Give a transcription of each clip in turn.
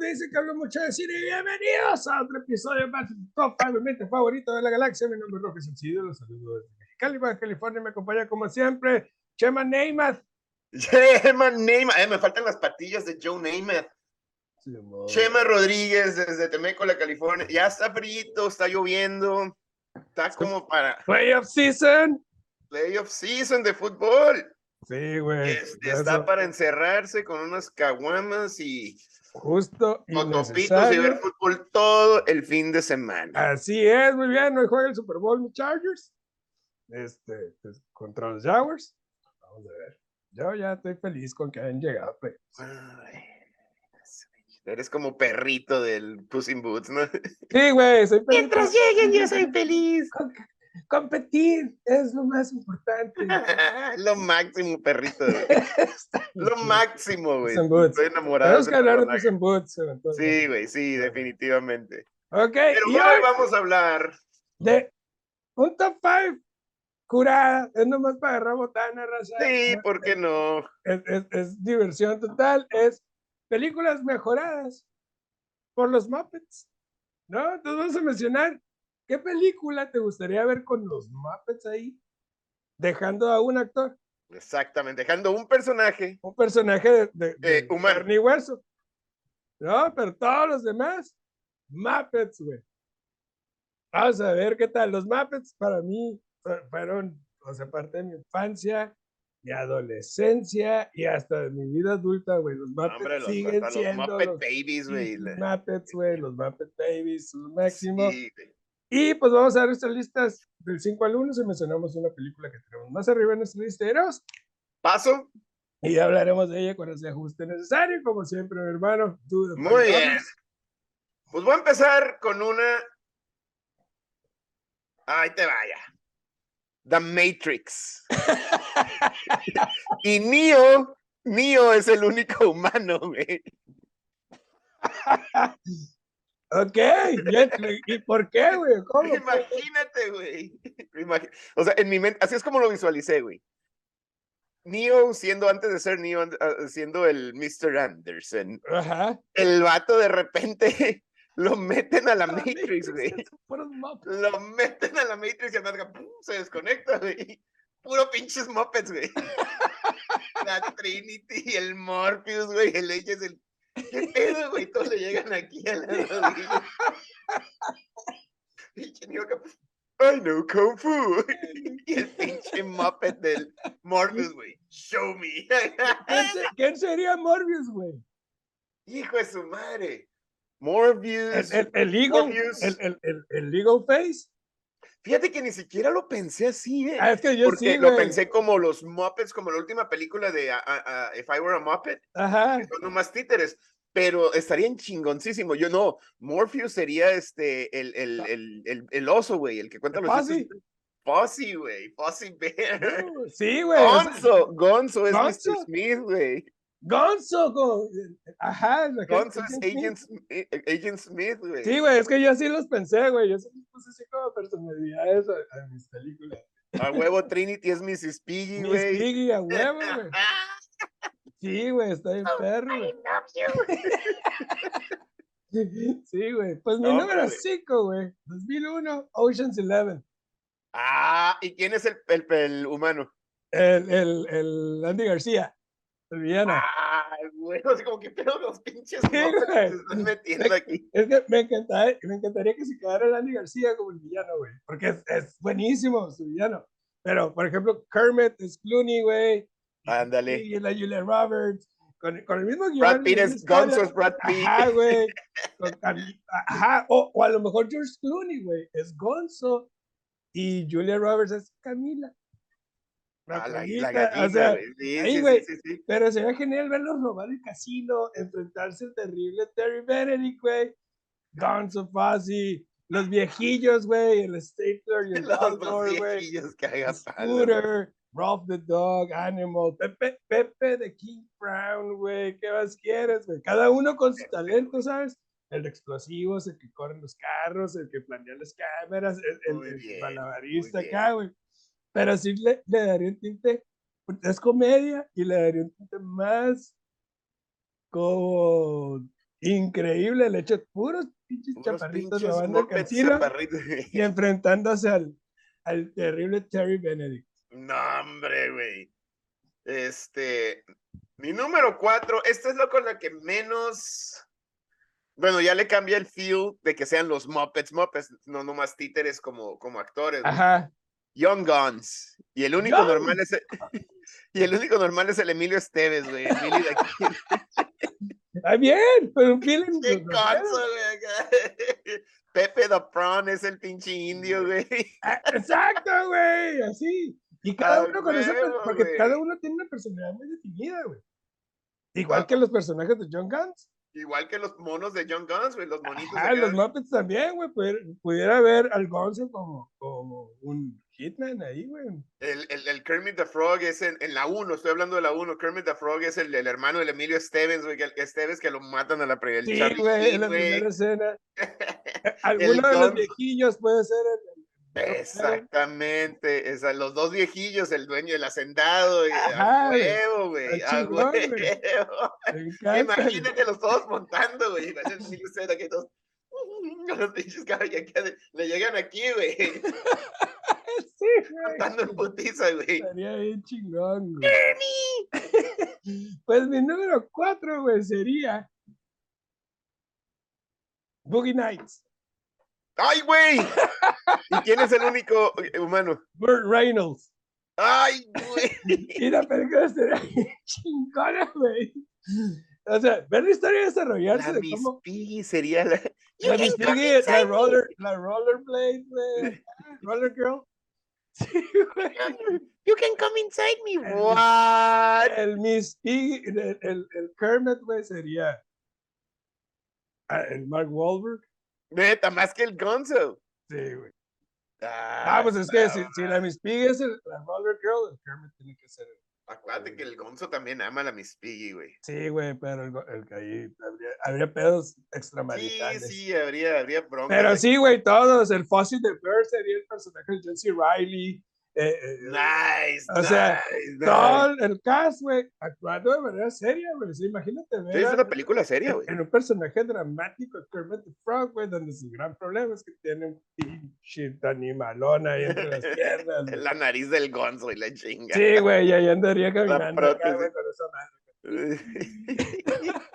dicen que hablo mucho de cine y bienvenidos a otro episodio más de Top 5 Momentos Favoritos de la Galaxia. Mi nombre es Roque Sencillo, los saludo desde Mexicali, Baja California. Me acompaña como siempre Chema Neymar. Chema Neymar, eh, me faltan las patillas de Joe Neymar. Sí, amor. Chema Rodríguez desde Temécola, California. Ya está frito, está lloviendo. Está como para Playoff season. playoff season de fútbol. Sí, güey. Este, Eso, está para encerrarse con unas caguamas y Justo y motopitos y necesario. ver fútbol todo el fin de semana. Así es, muy bien. Hoy juega el Super Bowl los Chargers. Este, pues, contra los Jaguars. Vamos a ver. Yo ya estoy feliz con que hayan llegado. pero- Ay, Eres como perrito del Puss in Boots, ¿no? Sí, güey, soy feliz con- lleguen yo soy feliz. con- competir es lo más importante. Lo máximo, perrito. güey. Está Lo bien. máximo, güey. Puss in Boots. Estoy enamorado. de Tenemos ese que hablar de personaje. Puss in Boots. entonces. Sí, güey, sí, definitivamente. Ok, Pero Eh, pues, y hoy hoy vamos a hablar. de un top 5 curada. Es nomás para agarrar botana, raza. Sí, no- ¿por qué no? es, es- es diversión total, es películas mejoradas por los Muppets, ¿no? Entonces vamos a mencionar qué película te gustaría ver con los Muppets ahí, dejando a un actor, Exactamente, dejando un personaje. un personaje de, de- de Eh, humano. carne y hueso, ¿no? Pero todos los demás, Muppets, güey. Vamos a ver qué tal. Los Muppets para mí fue- fueron, o sea, parte de mi infancia, mi adolescencia y hasta de mi vida adulta, güey. Los Muppets Hombre, los, siguen hasta los siendo Muppet los Babies, güey. pinches la- Muppets, güey. Los Muppet Babies, los máximos. sí, güey. Y pues vamos a ver nuestras listas del 5 al 1 si mencionamos una película que tenemos más arriba en nuestra lista de héroes, Paso. y ya hablaremos de ella cuando se ajuste necesario, como siempre, mi hermano. tú de Muy Fantasmas. bien. Pues voy a empezar con una. Ahí te vaya. The Matrix. y Neo, Neo es el único humano, güey. Ok, bien, ¿y y por qué, güey? ¿Cómo? Imagínate, güey. Imagi- O sea, en mi mente, así es como lo visualicé, güey. Neo siendo antes de ser Neo, an- ah, siendo el Mr. Anderson. Ajá. El vato de repente lo meten a la Ah, Matrix, güey. esos fueron Muppets. Lo meten a la Matrix y el vato ¡pum! se desconecta, güey. Puro pinches Muppets, güey. La Trinity, el Morpheus, güey, el Aegis, el... ¿Qué pedo, güey? Todos le llegan aquí a la rodilla. Pinche Neo que, I know Kung Fu. Y el pinche Muppet del Morpheus, güey. Show me. ¿Quién, se- quién sería Morbius, güey? Hijo de su madre. Morpheus. El, el, el Eagle, Morbius. el, el, el, el Eagle Face. Fíjate que ni siquiera lo pensé así, eh. Ah, es que yo Porque sí, lo güey. pensé como los Muppets, como la última película de ah, ah, ah, If I Were a Muppet, Ajá. que son nomás títeres, pero estarían chingoncísimo. Yo no, Morpheus sería este, el, el, el, el, el oso, güey, el que cuenta El los chistes. Fuzzy. Fuzzy, güey, Fuzzy Bear. Uh, Sí, güey. o sea, Gonzo, Gonzo es Gonzo. Mr. Smith, güey. Gonzo. Con, ajá. la que- Gonzo es Agent Smith. Agent, Sm- eh, eh, Agent Smith, güey. Sí, güey, es que yo sí los pensé, güey. Yo sí les puse así como personalidades a, a mis películas. A huevo Trinity es Mrs. Piggy, Miss güey. Piggy a huevo, güey. Ah, Sí, güey, está bien perro, I güey. love you. Sí, güey. Pues mi No, número güey. 5, güey. 2001, Ocean's Eleven. Ah, ¿y quién es el, el, el humano? El, el, el Andy García, el villano. Ah. Ay, güey, así como que pedo los pinches Sí, mopeds que güey. se están metiendo aquí. Es que me encantaría, me encantaría que se quedara el Andy García como el villano, güey. Porque es, es buenísimo su villano. Pero, por ejemplo, Kermit es Clooney, güey. Ándale. Y la Julia Roberts. Con, con el mismo guión. Brad el Pitt mismo es escala. Gonzo es Brad Pitt. Ajá, güey. Con cam- Ajá, o, o a lo mejor George Clooney, güey, es Gonzo y Julia Roberts es Camila. La Ah, la, gallita, la o gallita, sea, güey. Sí, ahí, sí, güey. sí, sí, sí. pero sería genial verlos robar el casino, enfrentarse al terrible Terry Benedict, güey. Gonzo Fuzzy, los viejillos, güey, el Stapler y el Los dos Dumbledore, güey. viejillos que haga palo. Scooter, Ralph the Dog, Animal, Pepe, Pepe de King Brown, güey, ¿qué más quieres, güey? Cada uno con su talento, ¿sabes? El de explosivos, el que corre los carros, el que planea las cámaras, el, el, Muy el bien, malabarista muy acá, güey. Pero sí le, le daría un tinte, porque es comedia, y le daría un tinte más como increíble el hecho de puros pinches Unos chaparritos pinches robando el Muppets casino chaparritos, güey. y enfrentándose al, al terrible Terry Benedict. No, hombre, güey. Este, mi número cuatro, esta es lo con la que menos, bueno, ya le cambié el feel de que sean los Muppets, Muppets, no nomás títeres como, como actores. güey. Ajá. Young Guns. Y el único Young normal es el, y el único normal es el Emilio Esteves, güey. Emilio de aquí. Está Ah, bien, pero un feeling. Qué conso, güey, acá. Pepe the Prawn es el pinche indio, güey. Ah, Exacto, güey, así. Y cada A uno con esa, per- Ah, huevo, porque güey. cada uno tiene una personalidad muy definida, güey. Igual que los personajes de John Guns. Igual que los monos de Young Guns, güey, los monitos. Ah, acá. los Muppets también, güey. Pudiera, pudiera ver al Gonzo como, como un hitman ahí, güey. El, el, el Kermit the Frog es en, en la 1, estoy hablando de la 1. Kermit the Frog es el, el hermano del Emilio Stevens, güey, que, el- Stevens que lo matan a la pre. El Sí, Charlie güey, en Sheen, la güey. primera escena. Eh, Alguno de los Gon- viejillos puede ser el- Exactamente, esa- los dos viejillos, el dueño y el hacendado, y Ajá, a güey, huevo, güey, está a chingón, güey. huevo. el. Gunn, güey. Imagínate los todos montando, güey. Imagínate si usted aquí todos. con Los pinches caballos que hacen- le llegan aquí, güey. Sí, Montando en güey. putiza, güey. Estaría bien chingón, güey. Pues mi número cuatro, güey, sería Boogie Nights. ¡Ay, güey! ¿Y quién es el único eh, humano? Burt Reynolds. ¡Ay, güey! Y la película sería bien chingona, güey. O sea, ver la historia desarrollarse La de Miss cómo Piggy sería la. You la can Miss come Piggy, la inside me. roller, la rollerblade, güey. Roller girl. Sí, güey. You can come inside me. What? El Miss Piggy, el, el, el Kermit, güey, sería ah, el Mark Wahlberg. Neta, más que el Gonzo. Sí, güey. Ah, Ah, pues es que si, está si la Miss Piggy es el, la roller girl, el Kermit tiene que ser el Acuérdate que el Gonzo también ama a la Miss Piggy, güey. Sí, güey, pero el, go- el que ahí habría, habría pedos Sí, extramaritales. sí, habría, habría broncas Pero aquí. sí, güey, todos. El Fossil de Bird sería el personaje de Jesse Riley. eh, eh, Nice, O sea, nice, nice. todo el cast, güey, actuando de manera seria, güey. Sí, imagínate ver Sí, es a- una película seria, güey. en un personaje dramático, Kermit the Frog, güey, donde su gran problema es que tiene un pinche animalón ahí entre las piernas. güey. La nariz del Gonzo y la chinga. Sí, güey, y ahí andaría caminando acá, prótesis. güey, con esa madre.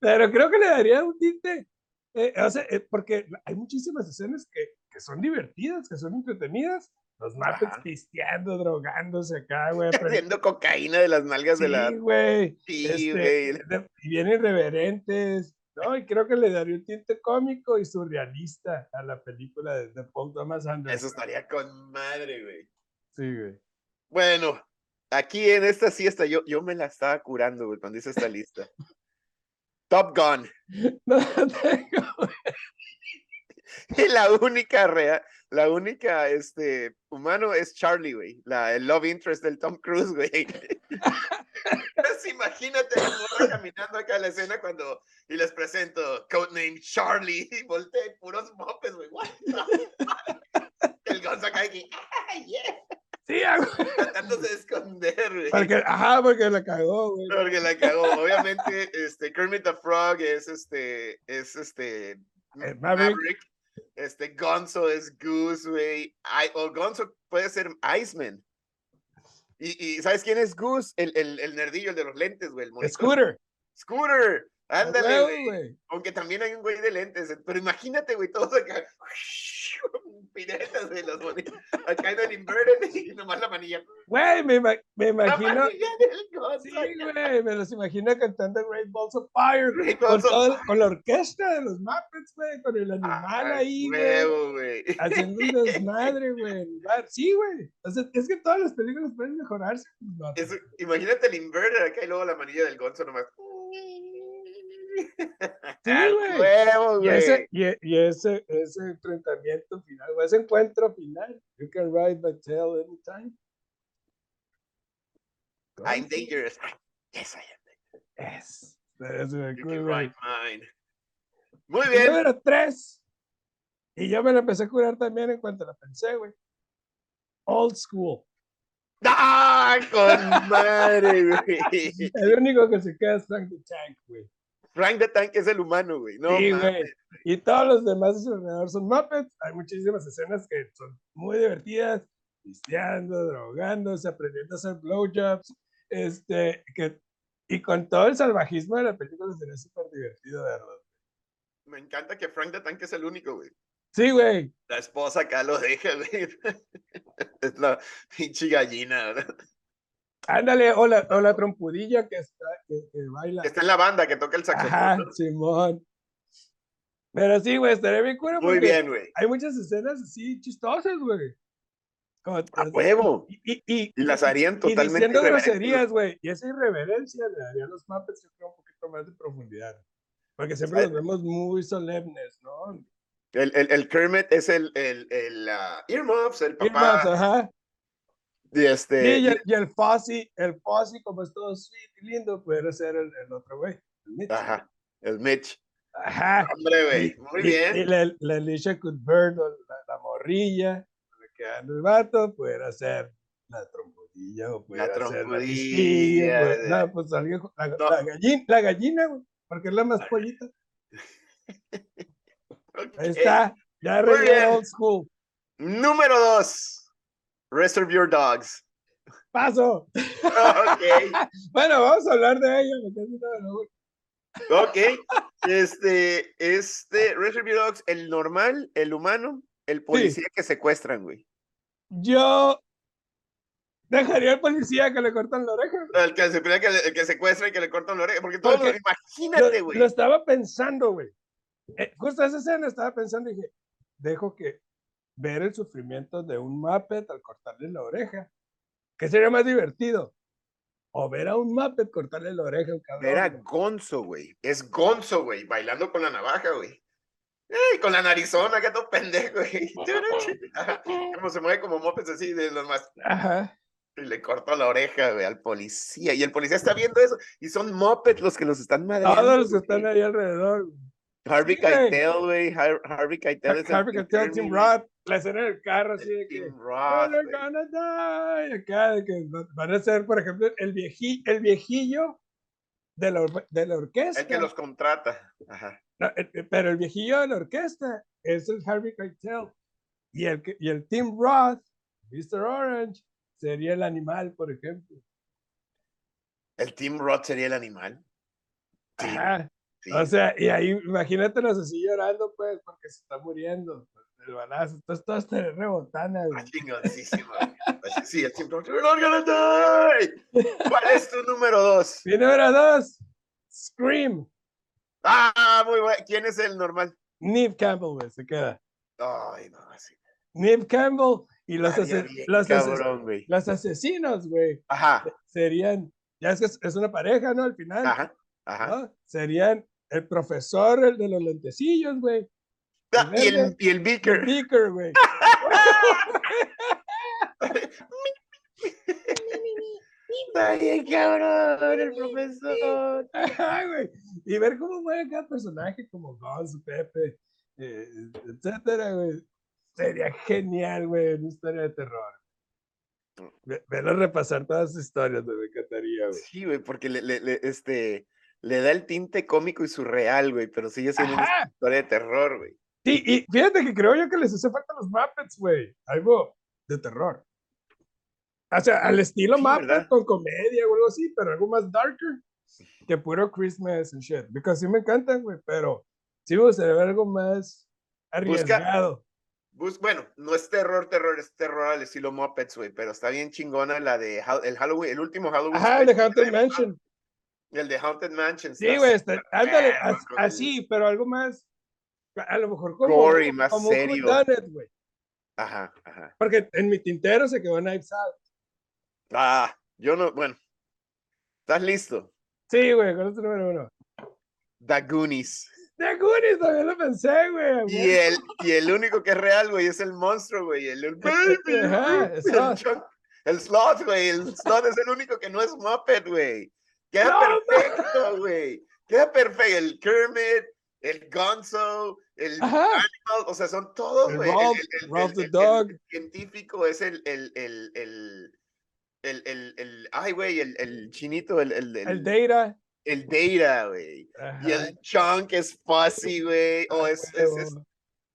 Pero creo que le daría un tinte. eh, o sea, eh, porque la- hay muchísimas escenas que, que son divertidas, que son entretenidas. Los Muppets Ajá. pisteando, drogándose acá, güey. pero- Haciendo cocaína de las nalgas de la. Sí, güey. Sí, este, güey. de- y bien irreverentes. ¿no? Y creo que le daría un tinte cómico y surrealista a la película de, de Paul Thomas Eso Anderson. estaría con madre, güey. Sí, güey. Bueno, aquí en esta siesta yo, yo me la estaba curando, güey, cuando hice esta lista. Top Gun. No, tengo- La única real, la única este humano es Charlie, güey. La el love interest del Tom Cruise, güey. Pues imagínate la morra caminando acá a la escena cuando y les presento codename Charlie y volteé puros mopes, güey. What the fuck? El Gonzo acá aquí, ah, yeah, Sí, ah, güey, tratándose de esconder, güey. porque, ajá, porque la cagó, güey. Porque la cagó. Obviamente, este, Kermit the Frog es este, es este, Eh, Maverick. Este, Gonzo es Goose, güey. Ay- O Gonzo puede ser Iceman. Y, y ¿sabes quién es Goose? El, el, el nerdillo, el de los lentes, güey. el monito. Scooter. Scooter. a pues, Ándale, huevo, güey. Aunque también hay un güey de lentes. eh, Pero imagínate, güey, todos acá. Piretas, güey, los bonitos. Acá en el inverted y nomás la manilla. Güey, me, ima- me La imagino. manilla del Gonzo, Sí, acá. güey, me los imagino cantando Great Balls of Fire güey, Great con, Balls of todo el- con la orquesta de los Muppets, güey, con el animal Ah, ahí, güey, huevo, güey. haciendo un desmadre, güey. en el bar. Sí, güey. O sea, es que todas las películas pueden mejorarse. pues, No, Eso- imagínate el inverter acá y luego la manilla del Gonzo nomás. Sí, Al güey. huevo, y güey. ese, y, e- y ese, ese enfrentamiento final, güey, ese encuentro final. You can ride my tail anytime. I'm dangerous. Yes, I am. Yes. That's You cool, güey. can ride mine. Muy Mi bien. Número 3. Y yo me la empecé a curar también en cuanto la pensé, güey. Old school. ¡Ah! Con madre, güey. El único que se queda es Frank the Tank, güey. Frank the Tank es el humano, güey. No, Sí, mames. güey. Y todos los demás de su alrededor son Muppets. Hay muchísimas escenas que son muy divertidas, pisteando, drogándose, aprendiendo a hacer blowjobs. Este, que, y con todo el salvajismo de la película sería súper divertido verlo. Me encanta que Frank the Tank es el único, güey. Sí, güey. La esposa acá lo deja, güey. Es la pinche gallina, ¿verdad? Ándale, o la, o la trompudilla que, está, que, que baila. Que está en la banda, que toca el Ah. Ajá, saxofón. Simón. Pero sí, güey, estaría bien cura Muy porque bien, güey. hay muchas escenas así chistosas, güey. Como A te- huevo. Y, y, y, Y las harían y totalmente diciendo irreverentes, groserías, güey. Y esa irreverencia le daría a los mapas yo creo, un poquito más de profundidad. Porque siempre Ay. los vemos muy solemnes, ¿no? güey. El, el, el Kermit es el, el, el ah, Earmuffs, ah. el Y papá. más, ajá. y Sí, este, y, el, y el Fozzie, el Fozzie, como es todo sweet y lindo, puede ser el, el otro güey. el Mitch. Ajá, el Mitch. Ajá. Hombre, güey. Muy Y- Y bien. la, la Alicia Cuthbert, o la, la morrilla, la que anda el vato, pudiera ser la trompudilla o pudiera ser la trompudilla, pisquilla. pues, güey. no, pues alguien, jo- la, No. la gallina, la gallina, güey, porque es la más pollita. Ok. Ahí está, ya Eh, Muy regresé bien. old school. Número dos. Reserve your dogs. Paso. Ok. Bueno, vamos a hablar de ella. porque es una de las ul- Ok. Este, este, Reservoir Dogs, el normal, el humano, el policía que secuestran, güey. Yo dejaría al policía que le cortan la oreja. güey. El que, se, el que, el que secuestra y que le cortan la oreja. Porque todo Porque Lo, imagínate, güey. lo estaba pensando, güey. Eh, justo esa escena estaba pensando y dije, dejo que ver el sufrimiento de un Muppet al cortarle la oreja. ¿Qué sería más divertido? O ver a un Muppet cortarle la oreja a un cabrón. Era güey. Gonzo, güey. Es Gonzo, güey, bailando con la navaja, güey. Ey, con la narizona, que todo pendejo, güey. Ajá, Como se mueve como mopes así de los más. Ajá. Y le cortó la oreja, güey, al policía. Y el policía está viendo eso. Y son mopes los que los están madreando. Todos los que güey. están ahí alrededor. güey. Harvey Sí, güey. Keitel, güey. Har- Harvey Keitel es el Harvey Tim Keitel, Tim Curry, Roth, la escena del carro así de el que Tim Roth, "We're güey. gonna die", acá de que va- van a ser, por ejemplo, el vieji, el viejillo de la, or- de la orquesta. El que los contrata. Ajá. No, el- el- pero el viejillo de la orquesta es el Harvey Keitel y el que- y el Tim Roth, Mr. Orange, sería el animal, por ejemplo. El Tim Roth sería el animal. Sí, Ajá. sí. O sea, y ahí imagínatelos así llorando, pues, porque se está muriendo el balazo. Entonces todo está rebotando. Ah, chingoncísimo, güey. Así, Sí, el Tim Roth. "We're not gonna die". ¿Cuál es tu número dos? Mi número dos, Scream. Ah, muy bueno. ¿Quién es el normal? Neve Campbell, güey, se queda. Ay, no, sí. Neve Campbell y los, estaría ase- bien los, ase- cabrón, güey. los asesinos, güey, Ajá, serían, ya es que es- es una pareja, ¿no? Al final, ajá, ajá. ¿no? Serían el profesor, el de los lentecillos, güey, Ah, Y el, verde. y el y el Beaker. Beaker, güey. Ay, el cabrón, el profesor. Ajá, güey. Y ver cómo muere cada personaje, como Gus, Pepe, eh, etcétera, güey. Sería genial, güey, una historia de terror. Ve- Verlo repasar todas las historias, güey, me encantaría, güey. Sí, güey, porque le, le- le- este, le da el tinte cómico y surreal, güey, pero sigue siendo una Ajá. historia de terror, güey. Sí, y fíjate que creo yo que les hace falta a los Muppets, güey. Algo de terror. O sea, al estilo Sí, Muppets ¿verdad? con comedia o algo así, pero algo más darker que puro Christmas and shit. Porque sí me encantan, güey, pero sí me gustaría ver algo más arriesgado. Bus- bueno, no es terror, terror, es terror al estilo Muppets, güey, pero está bien chingona la de Ha- el Halloween, el último Halloween. Ajá, el de Special, Haunted la de Mum- Mansion. El de Haunted Mansion. Sí, está güey, está- ándale, perro, as- creo que así, pero algo más, a lo mejor como, Gory, más como un serio. whodunit, güey. Ajá, ajá. Porque en mi tintero se quedó Knives Out. Ah, yo no, bueno. ¿Estás listo? Sí, güey, con este número uno. The Goonies. De Goonies también lo pensé, güey. a Y huevo. el, y el único que es real, güey, es el monstruo, güey. El, el baby. Ajá, baby, el, Sloth. chon- el sloth, güey. El sloth es el único que no es Muppet, güey. Queda No, ma- perfecto, güey. Queda perfecto. El Kermit, el Gonzo, el Ajá. Donald, o sea, son todos, El güey. El- Ralph, el- el- Ralph el- the el- el Dog. científico es el, el, el, el, el, el, el- ay, güey, el, el chinito, el, el, El el, Data. el Data, güey. Y Ajá. el Chunk es Fuzzy, güey. O Ah, es, es, es- huevo.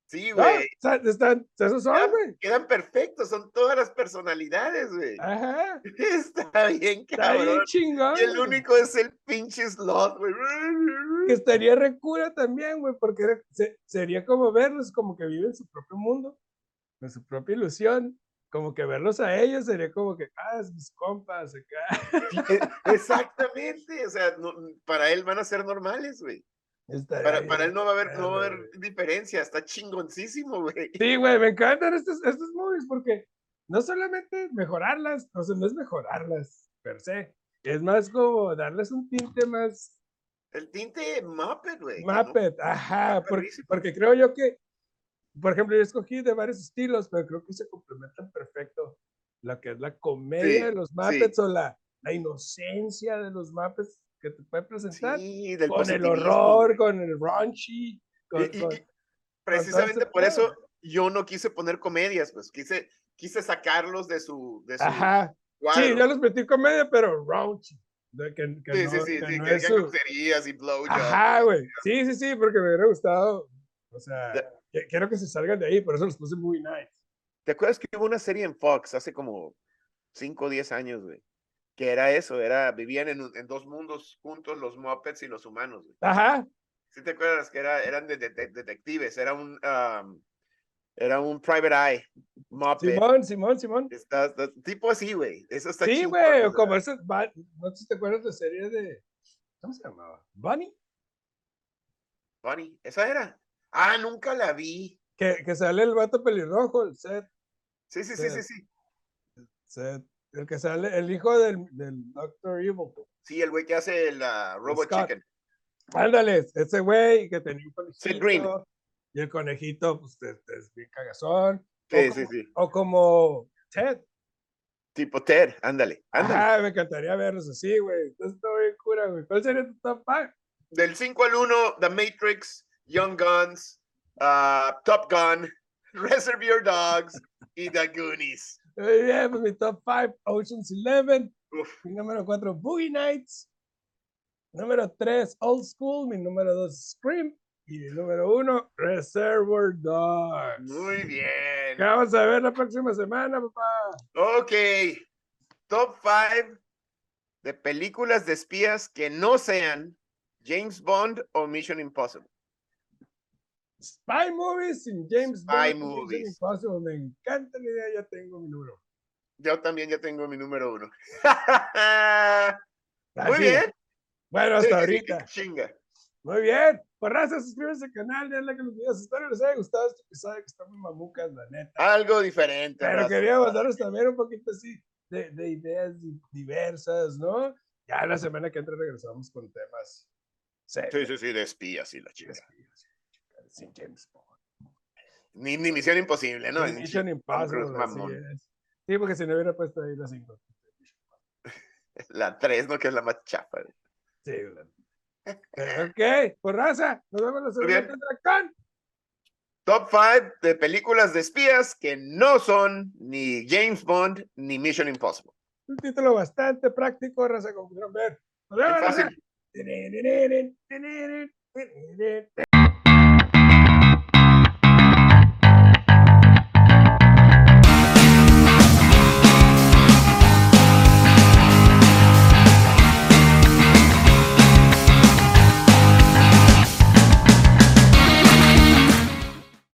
Sí, Ah, güey. sa- están- esos son, Ya. güey. Quedan perfectos, son todas las personalidades, güey. Ajá. Ah. Está bien, Está bien cabrón. chingón. Y el güey. único es el pinche slot, güey. que estaría recura también, güey, porque era- se- sería como verlos, como que viven su propio mundo, con su propia ilusión. Como que verlos a ellos sería como que, ah, es mis compas, acá. E- Exactamente, o sea, no- para él van a ser normales, güey. Estaría Para, bien para él no va a haber, no va a verga, haber diferencia, está chingoncísimo, güey. Sí, güey, me encantan estos, estos movies porque no solamente mejorarlas, o sea, no es mejorarlas per se, es más como darles un tinte más El tinte Muppet, güey. que no- Muppet, ajá, por- porque, Ah, perrísimo. creo yo que, por ejemplo, yo escogí de varios estilos, pero creo que se complementan perfecto lo que es la comedia de los Muppets o la, la inocencia de los Muppets que te puede presentar Sí, del con el positivismo, horror, güey. con el raunchy, con, Y- y- y con- precisamente por pedo, eso yo no quise poner comedias, pues quise, quise sacarlos de su, de su ajá. Sí, cuadro. yo los metí comedia, pero raunchy. de Que, que sí, no, sí, sí, que sí, no que es digan su- groserías y blowjobs. Ajá, güey. Sí, sí, sí, porque me hubiera gustado. O sea, Ya. que- quiero que se salgan de ahí, por eso los puse muy nice. ¿Te acuerdas que hubo una serie en Fox hace como 5 o 10 años, güey? Que era eso, era, vivían en, un- en dos mundos juntos los Muppets y los humanos, güey. Ajá. ¿Sí te acuerdas que era, eran de- de- de- detectives? Era un, am, era un Private Eye Muppet. Simón, Simón, Simón. Está- está- tipo así, güey. Eso está Sí, chingón, güey, o o sea, como esas. ba- No sé si te acuerdas de la serie de. ¿Cómo se llamaba? Bunny. Funny. Esa era. Ah, nunca la vi. Que, que sale el vato pelirrojo, el Seth. Sí, sí, sí, Sí. sí, sí. Seth, el que sale, el hijo del, del Doctor Evil. Sí, el güey que hace el ah, Robot Scott. Chicken. Ándale, ese güey que tenía un Seth conejito. Green. Y el conejito, pues, es, es bien cagazón. O Sí, sí, como- sí. O como Ted. Tipo Ted. Ándale, ándale. Ajá, me encantaría verlos así, güey. Entonces está bien cura, güey. ¿Cuál sería tu top five? Del 5 al 1, The Matrix, Young Guns, ah, Top Gun, Reserve Your Dogs y The Goonies. Muy bien, pues mi top 5, Ocean's Eleven. Uf. Mi número 4, Boogie Nights. Número 3, Old School. Mi número 2, Scream. Y mi número 1, Reservoir Dogs. Muy bien. Que vamos a ver la próxima semana, papá. Ok. Top 5 de películas de espías que no sean James Bond o Mission Impossible. Spy Movies sin James Spy Bond. Mission movies. Impossible. Me encanta la idea, ya tengo mi número. Yo también ya tengo mi número uno. Así, Muy bien. Bueno, hasta Sí, sí, sí, ahorita. Chinga. Muy bien. Por raza, suscríbanse al canal, denle like a los videos. Espero les haya gustado este episodio que está muy mamucas, la neta. Algo diferente. Pero raza. queríamos darles también un poquito así de, de ideas di- diversas, ¿no? Ya la semana que entra regresamos con temas Sí, serios. sí, sí, de espías y la chica. Sin James Bond. Ni, ni Misión Imposible, ¿no? Sin Ni Mission Impossible. Cruise, así mamón. es. Sí, porque si no hubiera puesto ahí las cinco. chi- La 3, ¿no? Que es la más chafa. güey. Sí, güey. Ok, por raza, nos vemos la semana bien. que entra con Top 5 de películas de espías que no son ni James Bond ni Mission Impossible. un título bastante práctico, raza, como pudieron ver. Nos vemos, Bien raza. fácil. Fácil.